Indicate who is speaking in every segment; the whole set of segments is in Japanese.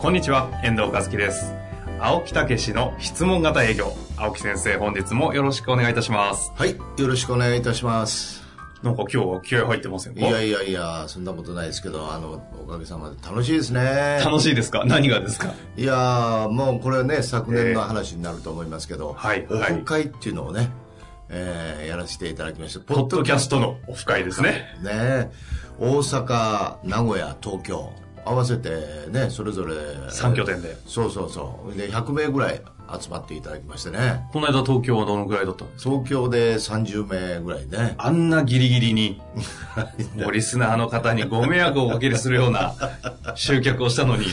Speaker 1: こんにちは、遠藤和樹です。青木武氏の質問型営業。青木先生、本日もよろしくお願いいたします。
Speaker 2: はい、よろしくお願いいたします。
Speaker 1: なんか今日は気合入ってませんか
Speaker 2: いやいやいや、そんなことないですけど、あの、おかげさまで楽しいですね。
Speaker 1: 楽しいですか何がですか
Speaker 2: いやーもうこれはね、昨年の話になると思いますけど、
Speaker 1: はい
Speaker 2: オ
Speaker 1: はい
Speaker 2: フ会っていうのをね、えーやらせていただきました。
Speaker 1: ポッドキャス
Speaker 2: ト
Speaker 1: トのオフ会ですね。
Speaker 2: ね、大阪、名古屋、東京、合わせてね、それぞれ。
Speaker 1: 三拠点で
Speaker 2: そうそうそう。で、100名ぐらい集まっていただきましてね。
Speaker 1: この間東京はどのくらいだったんですか
Speaker 2: 東京で30名ぐらいね。
Speaker 1: あんなギリギリに、 もうリスナーの方にご迷惑をおかけするような集客をしたのに、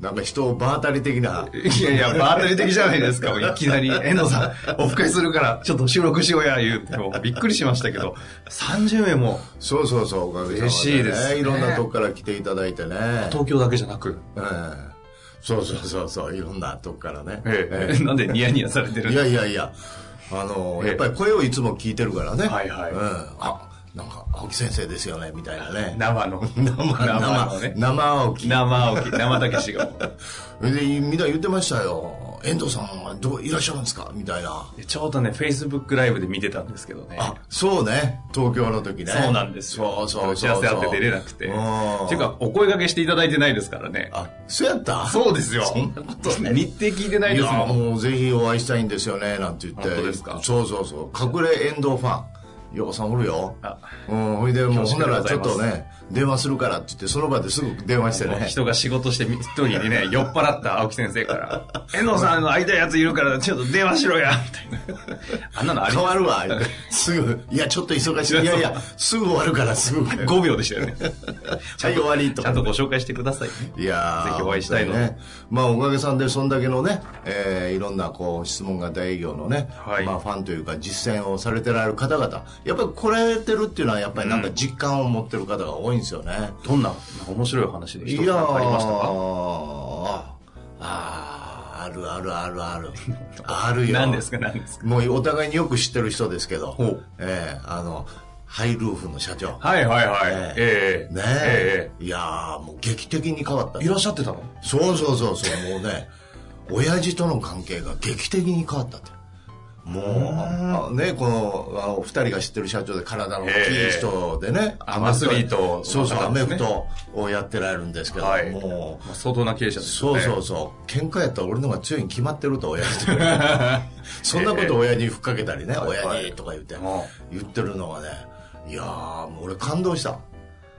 Speaker 2: なんか人を場当たり的な。
Speaker 1: いやいや、バータリ的じゃないです か。いきなり、遠藤さん、オフ会するから、ちょっと収録しようや、言うて、もうびっくりしましたけど、30名も
Speaker 2: そうそうそう、おかげさまで、ね。
Speaker 1: 嬉しいですね
Speaker 2: いろんなとこから来ていただいてね。
Speaker 1: 東京だけじゃなく、
Speaker 2: ええそうそうそうそう、いろんなとこからね。
Speaker 1: ええ、 なんでニヤニヤされてる
Speaker 2: い
Speaker 1: んだ
Speaker 2: やいやいや、あの、
Speaker 1: ええ
Speaker 2: やっぱり声をいつも聞いてるからね。
Speaker 1: はいはい
Speaker 2: うん。あ、なんか、青木先生ですよね、みたいなね。
Speaker 1: 生の。生のね。
Speaker 2: 生青木。
Speaker 1: 生青木、生たけし が。
Speaker 2: で、みんな言ってましたよ。遠藤さんはどこいらっしゃるんですかみたいな。
Speaker 1: でちょうどね、Facebook ライブで見てたんですけどね。
Speaker 2: あ、そうね。東京の時ね。
Speaker 1: そうなんです
Speaker 2: そ
Speaker 1: よ。
Speaker 2: うそうそうそう。
Speaker 1: 打ち合わせあって出れなくて。
Speaker 2: うん
Speaker 1: ていうか、お声掛けしていただいてないですからね。
Speaker 2: あ、そうやった
Speaker 1: そうですよ。
Speaker 2: そんなこと
Speaker 1: 日程
Speaker 2: ない
Speaker 1: 聞いてない
Speaker 2: い
Speaker 1: です
Speaker 2: や
Speaker 1: もん。
Speaker 2: もうぜひお会いしたいんですよねなんて言って
Speaker 1: 本当ですか
Speaker 2: そうそうそう隠れ遠藤ファンようさんおるよ
Speaker 1: あ
Speaker 2: うんほいでもう
Speaker 1: 恐
Speaker 2: ほんな
Speaker 1: 縮でご
Speaker 2: ら
Speaker 1: ざ
Speaker 2: ち
Speaker 1: い
Speaker 2: ょっ
Speaker 1: ます
Speaker 2: とね電話するからって言ってその場ですぐ電話してね
Speaker 1: 人が仕事してみ、一人に ね、酔っ払った青木先生 から、遠藤さんの会いたいやついるから、ちょっと電話しろや、みたい な。あんなのあり
Speaker 2: 変わるわ言ってすぐいやちょっと忙しいいや いやすぐ終わるからすぐ
Speaker 1: 5秒でしたよね。
Speaker 2: はい終わりと
Speaker 1: ちゃんとご紹介してくださいね。
Speaker 2: いやー
Speaker 1: ぜひお会いしたいので
Speaker 2: 本当にね、まあおかげさんでそんだけのね、えーいろんなこう質問型営業のね、
Speaker 1: はい
Speaker 2: まあファンというか実践をされてられる方々やっぱり来られてるっていうのはやっぱりなんか実感を持ってる方が多いんですよね、
Speaker 1: どんな面白い話で
Speaker 2: い
Speaker 1: 一
Speaker 2: や
Speaker 1: つ
Speaker 2: ー
Speaker 1: ありましたか
Speaker 2: あああるあるあるあるある よ
Speaker 1: 何ですか何ですか
Speaker 2: もうお互いによく知ってる人ですけど
Speaker 1: ほう
Speaker 2: ええあのハイルーフの社長
Speaker 1: はいはいはい。ええ
Speaker 2: ね
Speaker 1: え
Speaker 2: え、いやーもう劇的に変わった
Speaker 1: えいらっしゃってたの
Speaker 2: そうそうそうそうもうね親父との関係が劇的に変わったってもうあねこのあのお二人が知ってる社長で体の大きい人でね、
Speaker 1: えアスリートの方ですね
Speaker 2: そうそうアメフトをやってられるんですけど、
Speaker 1: はい。
Speaker 2: もう
Speaker 1: まあ相当な経営者です
Speaker 2: そ
Speaker 1: よ
Speaker 2: う
Speaker 1: ね。
Speaker 2: そうそう。喧嘩やったら俺の方が強いに決まってると親父 とかそんなこと親にふっかけたりね、親にとか言って、
Speaker 1: う
Speaker 2: 言ってるのがね、いやー、もう俺感動した。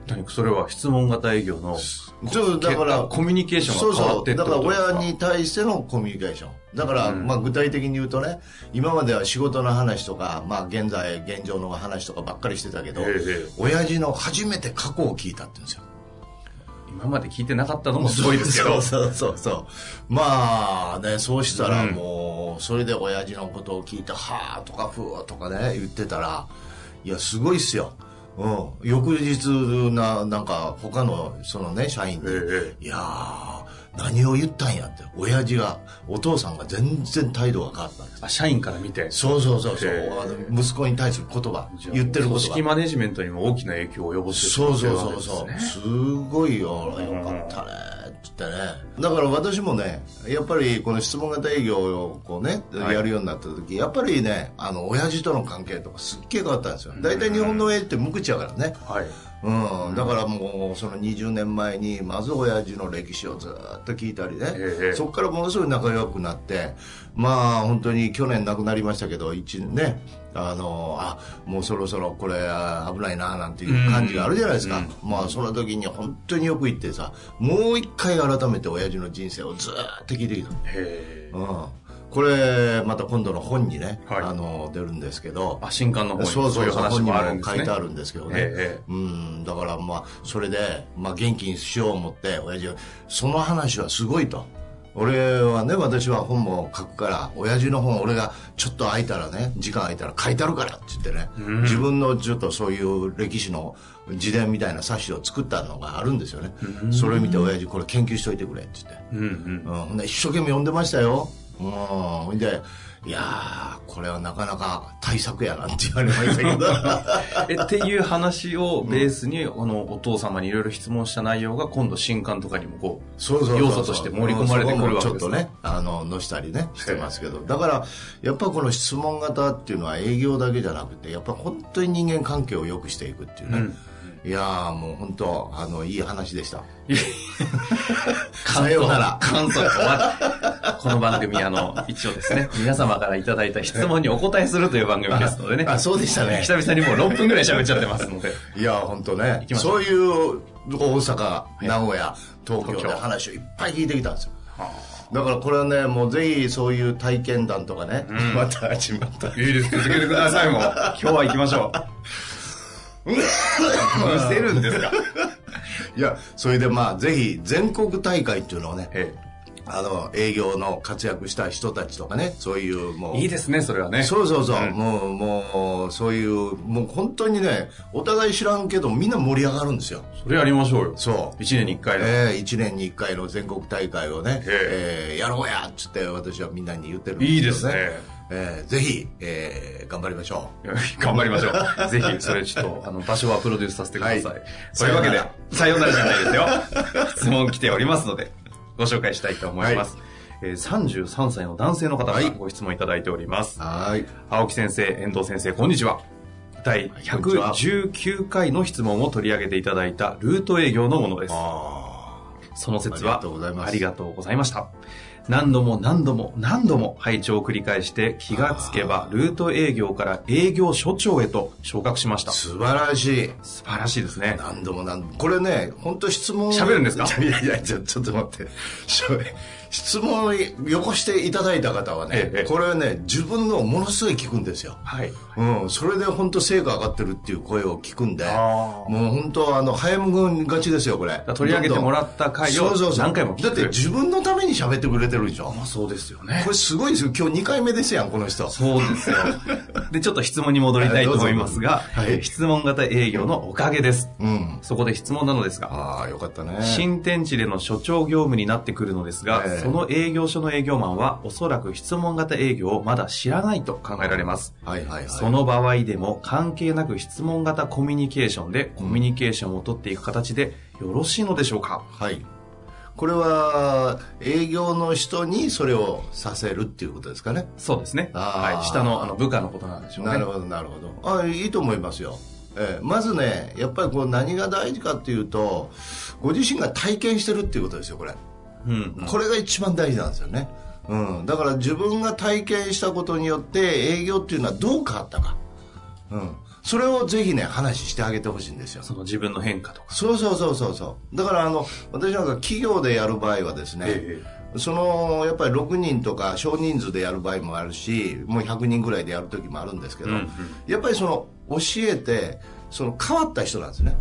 Speaker 1: とにかくそれは質問型営業の、
Speaker 2: ちょっとだから、
Speaker 1: コミュニケーションが変わってって
Speaker 2: そう
Speaker 1: こ
Speaker 2: そう。
Speaker 1: と
Speaker 2: だ
Speaker 1: です
Speaker 2: から
Speaker 1: か
Speaker 2: 親に対してのコミュニケーション。だから、まあ具体的に言うとね、今までは仕事の話とか、まあ現在、現状の話とかばっかりしてたけど、
Speaker 1: ええ
Speaker 2: 親父の初めて過去を聞いたって言うんですよ。
Speaker 1: 今まで聞いてなかったのもすごいですけ
Speaker 2: そ
Speaker 1: ど
Speaker 2: う。 そうそうそう。まあね、そうしたらもう、それで親父のことを聞いて、はあとかふーとかね、言ってたら、いや、すごいっすよ。うん。翌日な、なんか、他の、そのね、社員に、
Speaker 1: え
Speaker 2: いやー、何を言ったんやって、親父が、お父さんが全然態度が変わったんです。
Speaker 1: あ社員から見て。
Speaker 2: そうそうそうそう、
Speaker 1: へー
Speaker 2: あの息子に対する言葉、言って
Speaker 1: 組
Speaker 2: ることが
Speaker 1: 織。マネジメントにも大きな影響を及ぼして
Speaker 2: そうそうそうそう、
Speaker 1: ね
Speaker 2: すごいよよかったねって言ってねだから私もねやっぱりこの質問型営業をこうね、
Speaker 1: はい
Speaker 2: やるようになった時やっぱりねあの親父との関係とかすっげえ変わったんですよ大体日本の親父って無口やからね
Speaker 1: はい。
Speaker 2: うん、だからもうその20年前にまず親父の歴史をずっと聞いたりね、
Speaker 1: ええ
Speaker 2: そこからものすごい仲良くなってまあ本当に去年亡くなりましたけど一年ねあのあもうそろそろこれあ危ないななんていう感じがあるじゃないですか、まあその時に本当によく行ってさもう一回改めて親父の人生をずっと聞いてきた、
Speaker 1: へえ
Speaker 2: うん、これまた今度の本にね、
Speaker 1: はい
Speaker 2: あの出るんですけど
Speaker 1: あ新刊の方に
Speaker 2: そうそう
Speaker 1: いう
Speaker 2: そう
Speaker 1: 話
Speaker 2: 本に
Speaker 1: も
Speaker 2: も
Speaker 1: あるんです
Speaker 2: 書
Speaker 1: ね
Speaker 2: いてあるんですけどね、
Speaker 1: ええ
Speaker 2: うんだからまあそれで、まあ、元気にしよう思って親父はその話はすごいと俺はね私は本も書くから親父の本俺がちょっと空いたらね時間空いたら書いてあるからって言ってね、自分のちょっとそういう歴史の自伝みたいな冊子を作ったのがあるんですよね、それを見て親父これ研究しといてくれって言って、
Speaker 1: うんうん
Speaker 2: うん、ほんで一生懸命読んでましたよ。うん、ほんで、いやー、これはなかなか対策やなって言われましたけど。
Speaker 1: えっていう話をベースに、あのお父様にいろいろ質問した内容が今度新刊とかにもこう
Speaker 2: そうそうそうそう
Speaker 1: 要素として盛り込まれてくるわけです
Speaker 2: そこもちょっとね、あの、のしたりね、してますけど。だから、やっぱこの質問型っていうのは営業だけじゃなくて、やっぱ本当に人間関係を良くしていくっていうね。いやーもう本当、あの、いい話でした。さようなら。
Speaker 1: 感想が終わってこの番組あの一応ですね皆様からいただいた質問にお答えするという番組ですのでね
Speaker 2: あ、そうでしたね。
Speaker 1: 久々にもう6分ぐらい喋っちゃってますので
Speaker 2: いや、本当ね
Speaker 1: き。ましょう
Speaker 2: そういう大阪、
Speaker 1: い
Speaker 2: 名古屋、東京
Speaker 1: 東
Speaker 2: で
Speaker 1: 京
Speaker 2: 話をいっぱい聞いてきたんですよ。だからこれはね、もうぜひそういう体験談とかね、また始まった。
Speaker 1: いいです続けてくださいもう今日は行きましょうむせるんですか
Speaker 2: いや、それでまあ、ぜひ全国大会っていうのをね、
Speaker 1: え
Speaker 2: あの、営業の活躍した人たちとかね、そういうもう。
Speaker 1: えいいですねそれはね
Speaker 2: そうそうそう、
Speaker 1: ん
Speaker 2: もう、もう、そういう、もう本当にね、お互い知らんけど、みんな盛り上がるんですよ。
Speaker 1: それやりましょうよ
Speaker 2: そう。
Speaker 1: 1年に1回で
Speaker 2: ええ1年に1回の全国大会をね、
Speaker 1: え
Speaker 2: ええやろうやっつって私はみんなに言ってるん
Speaker 1: いいで
Speaker 2: け
Speaker 1: す
Speaker 2: ど
Speaker 1: ね
Speaker 2: ええぜひ、ええ頑張りましょう
Speaker 1: 頑張りましょう。ぜひ、それちょっと、あの、場所はプロデュースさせてください。
Speaker 2: はい
Speaker 1: そういうわけで
Speaker 2: さよ、
Speaker 1: さようならじゃないですよ。質問来ておりますので、ご紹介したいと思います。えー33歳の男性の方か
Speaker 2: は
Speaker 1: ら
Speaker 2: い
Speaker 1: ご質問いただいております。
Speaker 2: はい
Speaker 1: 青木先生、遠藤先生、こんにちは。第
Speaker 2: こんにちは
Speaker 1: 119回の質問を取り上げていただいたルート営業のものです。
Speaker 2: あ
Speaker 1: その説
Speaker 2: あり
Speaker 1: は
Speaker 2: がとうございます
Speaker 1: ありがとうございました。何度も何度も何度も拝聴を繰り返して気がつけばルート営業から営業所長へと昇格しました。
Speaker 2: あ
Speaker 1: 素
Speaker 2: 素晴らしい
Speaker 1: 晴らしいですね。
Speaker 2: 何度も何度もこれね本当質問
Speaker 1: 喋るんですか
Speaker 2: いやいやちょちょっと待ってしょ質問をよこしていただいた方はね、
Speaker 1: ええええ
Speaker 2: これはね自分のものすごい聞くんですよ
Speaker 1: はい。
Speaker 2: うん、それで本当成果上がってるっていう声を聞くんで、
Speaker 1: あ
Speaker 2: もう本当あの、早めが勝ちですよ、これ。
Speaker 1: 取り上げてもらった回を
Speaker 2: どんどんそうそうそう
Speaker 1: 何回も聞く
Speaker 2: だって自分のために喋ってくれてるでしょ。
Speaker 1: そうですよね
Speaker 2: こ。れすごいですよ。今日2回目ですやん、この人。
Speaker 1: そうです よ。で、ちょっと質問に戻りたいと思いますが、
Speaker 2: はい
Speaker 1: えー質問型営業のおかげです。
Speaker 2: うん。
Speaker 1: そこで質問なのですが、
Speaker 2: ああ、よかったね。
Speaker 1: 新天地での所長業務になってくるのですが、
Speaker 2: ええ
Speaker 1: その営業所の営業マンはおそらく質問型営業をまだ知らないと考えられます。
Speaker 2: はいはいはい。
Speaker 1: その場合でも関係なく質問型コミュニケーションでコミュニケーションを取っていく形でよろしいのでしょうか
Speaker 2: はい。これは、営業の人にそれをさせるっていうことですかね。
Speaker 1: そうですね。
Speaker 2: あー
Speaker 1: はい。下のあの部下のことなんでしょうね。
Speaker 2: なるほど、なるほど。あいいと思いますよ。ええまずね、やっぱりこう何が大事かっていうと、ご自身が体験してるっていうことですよ、これ。
Speaker 1: うん。
Speaker 2: これが一番大事なんですよね。うん、だから自分が体験したことによって営業っていうのはどう変わったか、うん、それをぜひね話してあげてほしいんですよ
Speaker 1: その自分の変化とか。
Speaker 2: そうそうそうそうそうだからあの私なんか企業でやる場合はですね、
Speaker 1: え
Speaker 2: そのやっぱり6人とか少人数でやる場合もあるしもう100人ぐらいでやる時もあるんですけど、
Speaker 1: うんうん
Speaker 2: やっぱりその教えてその変わった人なんですね、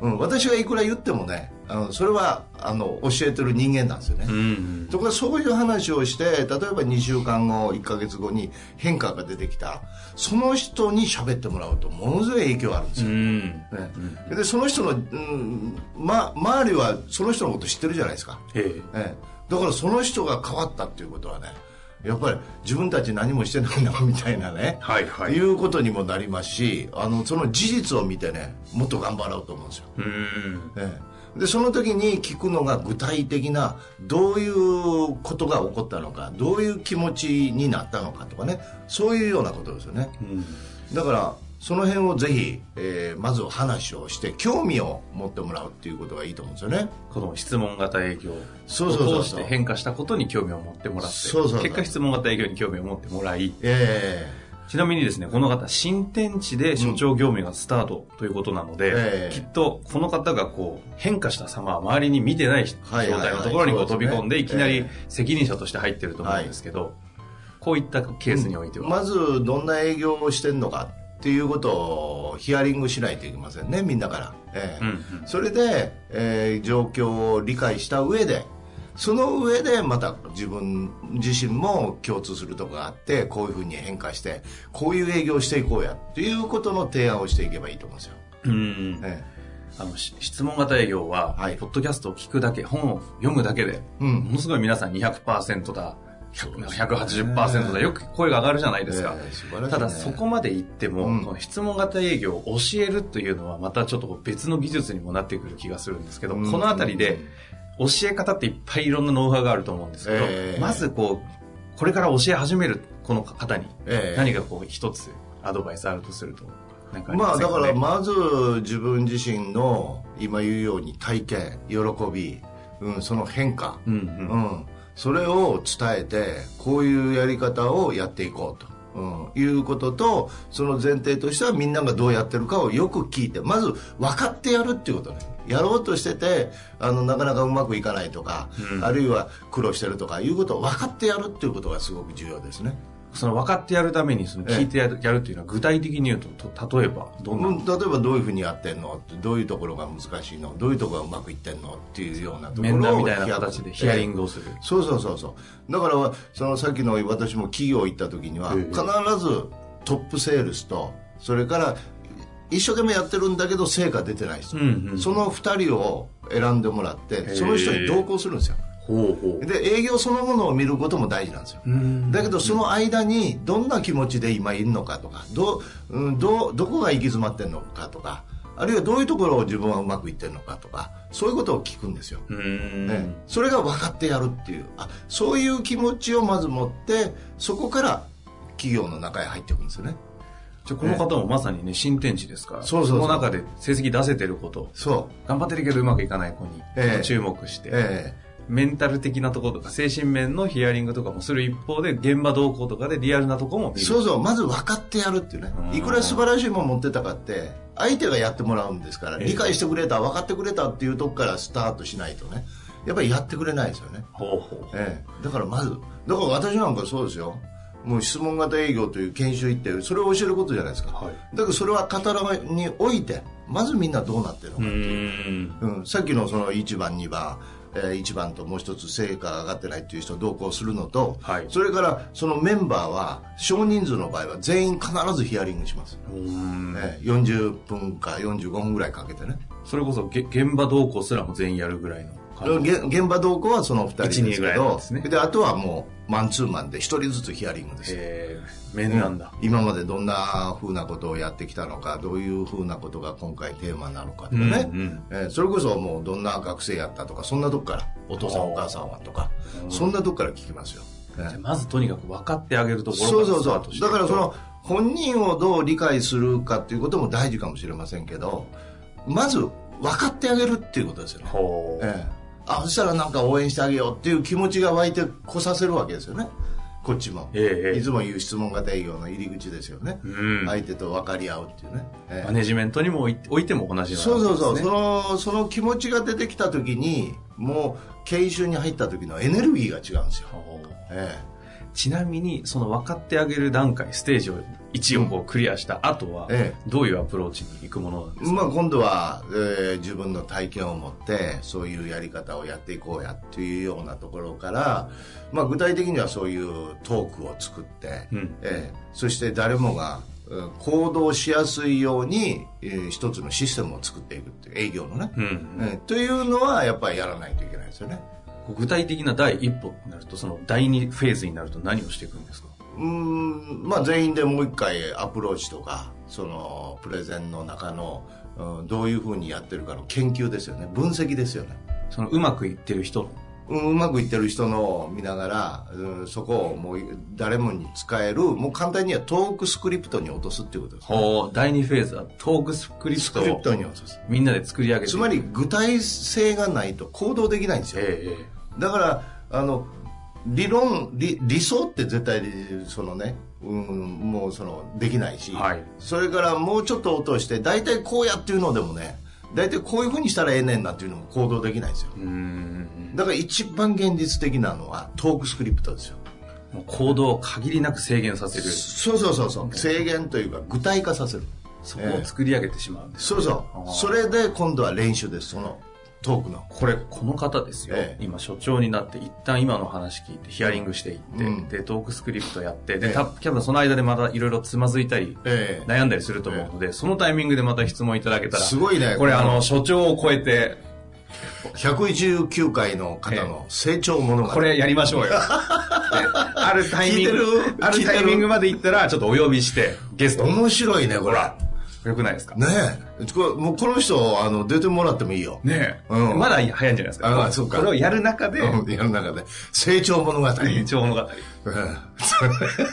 Speaker 2: うん、私がいくら言ってもねあのそれはあの教えてる人間なんですよね、
Speaker 1: うん。
Speaker 2: とかそういう話をして例えば2週間後1ヶ月後に変化が出てきたその人に喋ってもらうとものすごい影響があるんです
Speaker 1: う
Speaker 2: よ、
Speaker 1: ん。
Speaker 2: ねでその人の、うんま、周りはその人のこと知ってるじゃないですか、
Speaker 1: え
Speaker 2: ええだからその人が変わったっていうことはねやっぱり自分たち何もしてないなみたいなね、
Speaker 1: はいはい
Speaker 2: いうことにもなりますしあのその事実を見てねもっと頑張ろうと思うんですよ
Speaker 1: え。うん。
Speaker 2: ええ、でその時に聞くのが具体的などういうことが起こったのかどういう気持ちになったのかとかねそういうようなことですよね、だからその辺をぜひ、えーまず話をして興味を持ってもらうっていうことがいいと思うんですよね
Speaker 1: この質問型営業を
Speaker 2: そうそうそうそう
Speaker 1: 通して変化したことに興味を持ってもらって、
Speaker 2: そうそうそう
Speaker 1: 結果質問型営業に興味を持ってもらい、
Speaker 2: え
Speaker 1: ちなみにですね、この方、新天地で所長業務がスタートということなので、
Speaker 2: ええ
Speaker 1: きっとこの方がこう変化した様は周りに見てない状
Speaker 2: はいはい
Speaker 1: 態
Speaker 2: はい
Speaker 1: のところにこう
Speaker 2: そ
Speaker 1: 飛
Speaker 2: うで
Speaker 1: び
Speaker 2: すね
Speaker 1: 込んで、いきな
Speaker 2: え
Speaker 1: り
Speaker 2: え
Speaker 1: 責任者として入ってると思うんですけど、こういったケースにおいては。
Speaker 2: まずどんな営業をしてんのかっていうことをヒアリングしないといけませんねみんなから、ええ
Speaker 1: うん
Speaker 2: それで、えー状況を理解した上でその上でまた自分自身も共通するとこがあってこういうふうに変化してこういう営業をしていこうやっていうことの提案をしていけばいいと思うんですよ、
Speaker 1: うん
Speaker 2: え
Speaker 1: あのし質問型営業は、
Speaker 2: はい
Speaker 1: ポッドキャストを聞くだけ、本を読むだけで、
Speaker 2: うん
Speaker 1: ものすごい皆さん200%だ、
Speaker 2: そうですね
Speaker 1: 180%だ、よく声が上がるじゃないですか。
Speaker 2: ええ素晴らしいね
Speaker 1: ただそこまで行っても、
Speaker 2: うん
Speaker 1: この質問型営業を教えるというのはまたちょっとこう別の技術にもなってくる気がするんですけど、
Speaker 2: うん
Speaker 1: このあたりで教え方っていっぱいいろんなノウハウがあると思うんですけど、
Speaker 2: ええ
Speaker 1: まずこう、これから教え始めるこの方に
Speaker 2: ええ
Speaker 1: 何かこう一つアドバイスあるとすると、なんかり
Speaker 2: まあ
Speaker 1: せん
Speaker 2: だ
Speaker 1: ね
Speaker 2: からまず自分自身の今言うように体験喜び、うん、その変化、
Speaker 1: うんうん
Speaker 2: うん、それを伝えてこういうやり方をやっていこうと。うん、いうこととその前提としてはみんながどうやってるかをよく聞いてまず分かってやるっていうことねやろうとしててあのなかなかうまくいかないとか、あるいは苦労してるとかいうことを分かってやるっていうことがすごく重要ですね。
Speaker 1: その分かってやるためにその聞いてやる,、やるっていうのは具体的に言うとと例えばどんな、
Speaker 2: うん例えばどういうふうにやってんのどういうところが難しいのどういうところがうまくいってんのっていうようなところを
Speaker 1: 面談みたいな形でヒアリングをする
Speaker 2: そうそうそうそうだからそのさっきの私も企業行った時には
Speaker 1: ええ
Speaker 2: 必ずトップセールスとそれから一生懸命やってるんだけど成果出てない人、
Speaker 1: うんうん
Speaker 2: その2人を選んでもらってその人に同行するんですよ
Speaker 1: ほうほ
Speaker 2: で営業そのものを見ることも大事なんですよ
Speaker 1: ん
Speaker 2: だけどその間にどんな気持ちで今いるのかとかどう、うん、どうどこが行き詰まってるのかとかあるいはどういうところを自分はうまくいってるのかとかそういうことを聞くんですよ、
Speaker 1: ううん、
Speaker 2: ねそれが分かってやるっていうあそういう気持ちをまず持ってそこから企業の中へ入っていくんですよね
Speaker 1: じゃあこの方もまさにね新天地ですから
Speaker 2: そうそうそう
Speaker 1: この中で成績出せてること
Speaker 2: そう
Speaker 1: 頑張ってるけどうまくいかない子に
Speaker 2: ええ
Speaker 1: 注目して、
Speaker 2: え
Speaker 1: メンタル的なところとか精神面のヒアリングとかもする一方で現場動向とかでリアルなとこも
Speaker 2: え
Speaker 1: 見る
Speaker 2: そうそうまず分かってやるっていうね
Speaker 1: うん
Speaker 2: いくら素晴らしいもの持ってたかって相手がやってもらうんですから
Speaker 1: ええ
Speaker 2: 理解してくれた分かってくれたっていうとこからスタートしないとねやっぱりやってくれないですよね
Speaker 1: ほうほう
Speaker 2: ええ、だからまずだから私なんかそうですよもう質問型営業という研修行ってそれを教えることじゃないですか、
Speaker 1: はい
Speaker 2: だからそれは刀においてまずみんなどうなってるのか
Speaker 1: ううん
Speaker 2: うん、さっきのその1番2番、えー1番ともう一つ成果が上がってないっていう人を同行するのと、
Speaker 1: はい
Speaker 2: それからそのメンバーは少人数の場合は全員必ずヒアリングします、
Speaker 1: うん
Speaker 2: えー40分か45分ぐらいかけてね
Speaker 1: それこそげ現場動向すらも全員やるぐらいの感じ
Speaker 2: げ現場同行はその2人です
Speaker 1: 1-2ぐら
Speaker 2: け
Speaker 1: いなん
Speaker 2: ど
Speaker 1: ですね
Speaker 2: あとはもうマンツーマンで1人ずつヒアリングです、
Speaker 1: ええ面なんだ、
Speaker 2: 今までどんなふうなことをやってきたのかどういうふうなことが今回テーマなのかとかね、
Speaker 1: うんうん
Speaker 2: えーそれこそもうどんな学生やったとかそんなとこからお父さんお母さんはとかそんなとこから聞きますよ、えー
Speaker 1: じゃあまずとにかく分かってあげるところ
Speaker 2: そうそう
Speaker 1: スタ
Speaker 2: そ
Speaker 1: ート
Speaker 2: う
Speaker 1: して
Speaker 2: だからその本人をどう理解するかっていうことも大事かもしれませんけどまず分かってあげるっていうことですよね、
Speaker 1: ほう、
Speaker 2: ええあそしたらなんか応援してあげようっていう気持ちが湧いてこさせるわけですよねこっちも、
Speaker 1: ええ
Speaker 2: いつも言う質問型営業の入り口ですよね、
Speaker 1: うん
Speaker 2: 相手と分かり合うっていうね、ええ
Speaker 1: マネジメントにもおいおいても同じよ
Speaker 2: そうう
Speaker 1: な
Speaker 2: そ
Speaker 1: わ
Speaker 2: う
Speaker 1: け
Speaker 2: そ
Speaker 1: です
Speaker 2: う、そ
Speaker 1: ね
Speaker 2: のその気持ちが出てきた時にもう研修に入った時のエネルギーが違うんですよ、
Speaker 1: ほう
Speaker 2: え
Speaker 1: ちなみにその分かってあげる段階ステージを1をこうクリアした後は、
Speaker 2: え
Speaker 1: どういうアプローチに行くものなんです
Speaker 2: えまあ、今度は、えー自分の体験を持ってそういうやり方をやっていこうやっていうようなところから、まあ、具体的にはそういうトークを作って、
Speaker 1: うん
Speaker 2: ええそして誰もがうん行動しやすいように、えー一つのシステムを作っていくっていう営業のね、
Speaker 1: うん
Speaker 2: ええというのはやっぱりやらないといけないですよね。
Speaker 1: こう具体的な第一歩になるとその第二フェーズになると何をしていくんですか
Speaker 2: うーんまあ、全員でもう一回アプローチとかそのプレゼンの中の、うん、どういうふうにやってるかの研究ですよね分析ですよね、
Speaker 1: そのうまくいってる人の
Speaker 2: うん、うまくいってる人のを見ながら、うん、そこをもう誰もに使えるもう簡単にはトークスクリプトに落とすっていうことですね
Speaker 1: ほう第二フェーズはトークスクリプ
Speaker 2: ス
Speaker 1: ト
Speaker 2: クリプ
Speaker 1: を
Speaker 2: トに落とす
Speaker 1: みんなで作り上げていく
Speaker 2: つまり具体性がないと行動できないんですよ、
Speaker 1: ええ
Speaker 2: だからあの理論理理想って絶対そのね、うん、もうそのできないし、
Speaker 1: はい
Speaker 2: それからもうちょっと落として大体こうやっていうのでもね大体こういうふうにしたらええねんなっていうのも行動できないんですよ
Speaker 1: ええうーん
Speaker 2: だから一番現実的なのはトークスクリプトですよ
Speaker 1: もう行動を限りなく制限させる
Speaker 2: そうそうそうそう制限というか具体化させる
Speaker 1: そこを作り上げてしまうんです、
Speaker 2: そうそうそれで今度は練習ですそのトークの
Speaker 1: これこの方ですよ、
Speaker 2: ええ
Speaker 1: 今所長になって一旦今の話聞いてヒアリングしていって、
Speaker 2: うん
Speaker 1: でトークスクリプトやってで、
Speaker 2: ええ
Speaker 1: た多分その間でまたいろいろつまずいたり、
Speaker 2: ええ
Speaker 1: 悩んだりすると思うので、そのタイミングでまた質問いただけたら
Speaker 2: すごいね
Speaker 1: これあの所長を超えて
Speaker 2: 119回の方の成長物語
Speaker 1: これやりましょう よであるタイミング
Speaker 2: 聞いてる
Speaker 1: あるタイミングまで行ったらちょっとお呼びしてゲスト
Speaker 2: 面白いねこれ
Speaker 1: よくないですか
Speaker 2: ねえこれもうこの人あの出てもらってもいいよ
Speaker 1: ねえ、
Speaker 2: うん
Speaker 1: まだ早いんじゃないですか
Speaker 2: あそうか
Speaker 1: これをやる中で
Speaker 2: うん世の中で成長物語
Speaker 1: 一応物語
Speaker 2: うん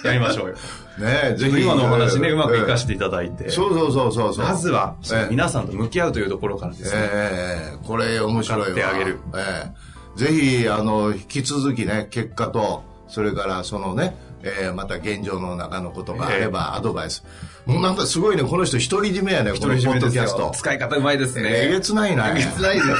Speaker 1: やりましょうよ
Speaker 2: ねえぜひ
Speaker 1: 今のお話ねうまく活かしてていただいて、
Speaker 2: そうそうそうそうそう
Speaker 1: まずは
Speaker 2: ええ
Speaker 1: 皆さんと向き合うというところからですね、
Speaker 2: ええこれ面白いわ
Speaker 1: 買ってあげる
Speaker 2: ええぜひあの引き続きね結果とそれからそのね、ええまた現状の中のことがあればアドバイス、もうなんかすごいねこの人独り占めやねこの
Speaker 1: 独り
Speaker 2: ポ
Speaker 1: 占めで
Speaker 2: ッド
Speaker 1: す
Speaker 2: キ
Speaker 1: よ
Speaker 2: ャスト
Speaker 1: 使い方うまいですね、
Speaker 2: えげつないな
Speaker 1: えげつないですよ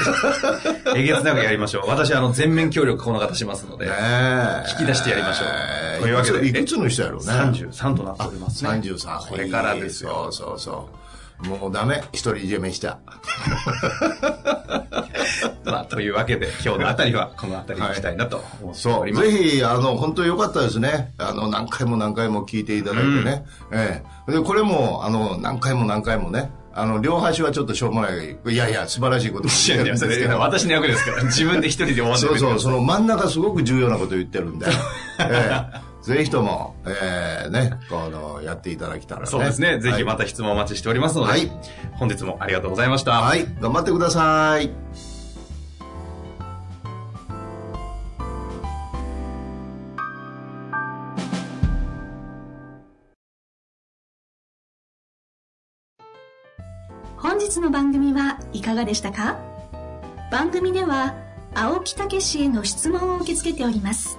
Speaker 1: えげつなくやりましょう私あの全面協力この方しますので、
Speaker 2: ええ
Speaker 1: 引き出してやりましょう
Speaker 2: ええ
Speaker 1: というわけで
Speaker 2: いくついくつの人やろうね
Speaker 1: 33となっておりますね
Speaker 2: 33
Speaker 1: これからですよ
Speaker 2: いいそうそうそうもうダメ独り占めした
Speaker 1: まあというわけで今日のあたりはこのあたりにしたいなと思って
Speaker 2: そ
Speaker 1: お
Speaker 2: う。
Speaker 1: ります、
Speaker 2: ぜひ、あの、本当に良かったですね。あの、何回も何回も聞いていただいてね。ええ。で、これも、あの、何回も何回もね。あの、両端はちょっとしょうもない。いやいや、素晴らしいこと
Speaker 1: い
Speaker 2: 言
Speaker 1: や
Speaker 2: っ
Speaker 1: い
Speaker 2: てる
Speaker 1: や
Speaker 2: ん
Speaker 1: そ
Speaker 2: ですけ
Speaker 1: れ
Speaker 2: ど。
Speaker 1: 私の役ですから自分で一人で終わって
Speaker 2: そうそう、
Speaker 1: う
Speaker 2: その真ん中すごく重要なこと言ってる んで。ええ。ぜひとも、ええ、ね、この、やっていただけたらね。
Speaker 1: そうですね、ぜひ
Speaker 2: は
Speaker 1: ま
Speaker 2: い
Speaker 1: た質問お待ちしておりますので、
Speaker 2: はい
Speaker 1: 本日もありがとうございました、
Speaker 2: はい、頑張ってください。
Speaker 3: 本日の番組はいかがでしたか番組では青木武氏への質問を受け付けております